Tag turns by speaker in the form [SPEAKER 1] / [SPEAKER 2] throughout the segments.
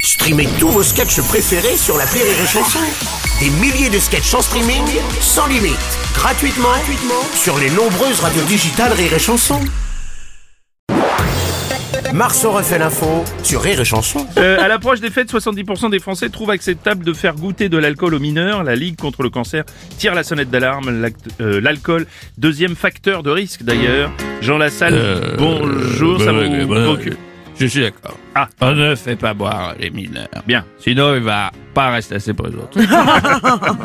[SPEAKER 1] Streamez tous vos sketchs préférés sur la Rire et Chanson. Des milliers de sketchs en streaming, sans limite, gratuitement, gratuitement sur les nombreuses radios digitales Rire et Chanson. Marceau refait l'info sur Rire et Chanson.
[SPEAKER 2] Euh, à l'approche des fêtes, 70% des Français trouvent acceptable de faire goûter de l'alcool aux mineurs. La Ligue contre le cancer tire la sonnette d'alarme. L'acte- euh, L'alcool, deuxième facteur de risque d'ailleurs. Jean Lassalle,
[SPEAKER 3] Euh,
[SPEAKER 2] bonjour,
[SPEAKER 3] bah
[SPEAKER 2] ça
[SPEAKER 3] ouais,
[SPEAKER 2] vous
[SPEAKER 3] bah ouais.
[SPEAKER 2] préoccupe
[SPEAKER 3] Je suis d'accord.
[SPEAKER 2] Ah.
[SPEAKER 3] On ne fait pas boire les mineurs.
[SPEAKER 2] Bien.
[SPEAKER 3] Sinon, il va pas rester assez pour les autres.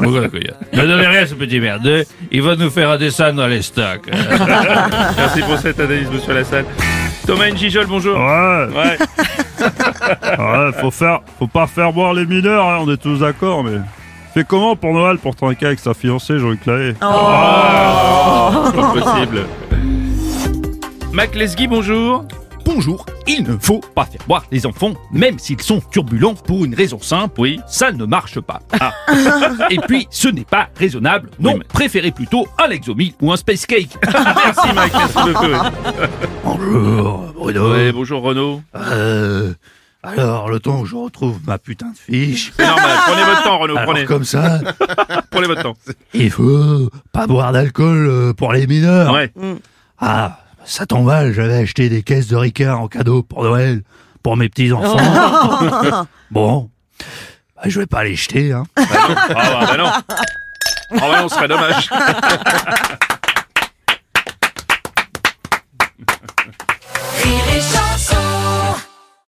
[SPEAKER 3] Beaucoup de couilles. Ne donnez rien à ce petit merdeux. Il va nous faire descendre dans les stocks.
[SPEAKER 2] Merci pour cette analyse, monsieur Lassalle. Thomas Njijol, bonjour.
[SPEAKER 4] Ouais,
[SPEAKER 2] Ouais.
[SPEAKER 4] ouais, faut faire, faut pas faire boire les mineurs, hein, on est tous d'accord, mais. Fait comment pour Noël pour trinquer avec sa fiancée, Jean-Luc Lahaye
[SPEAKER 2] Pas possible. Mac Lesguy, bonjour.
[SPEAKER 5] Bonjour, il ne faut pas faire boire les enfants, même s'ils sont turbulents, pour une raison simple,
[SPEAKER 2] Oui. Ah.
[SPEAKER 5] ça ne marche pas. Et puis, ce n'est pas raisonnable, non,
[SPEAKER 2] Oui, mais-
[SPEAKER 5] préférez plutôt un Lexomil ou un Space Cake.
[SPEAKER 2] Merci Mac, merci beaucoup.
[SPEAKER 3] Bonjour, Bruno.
[SPEAKER 2] Ouais, bonjour Renaud.
[SPEAKER 3] Euh, alors, le temps où je retrouve ma putain de fiche.
[SPEAKER 2] C'est normal, prenez votre temps Renaud,
[SPEAKER 3] Alors,
[SPEAKER 2] prenez,
[SPEAKER 3] comme ça,
[SPEAKER 2] prenez votre temps.
[SPEAKER 3] il faut pas boire d'alcool euh, pour les mineurs.
[SPEAKER 2] Ouais.
[SPEAKER 3] Ah, ça tombe mal, j'avais acheté des caisses de Ricard en cadeau pour Noël, pour mes petits-enfants. bon, bah, je vais pas les jeter, hein.
[SPEAKER 2] Ah bah, bah non. Ah bah non, ce serait dommage.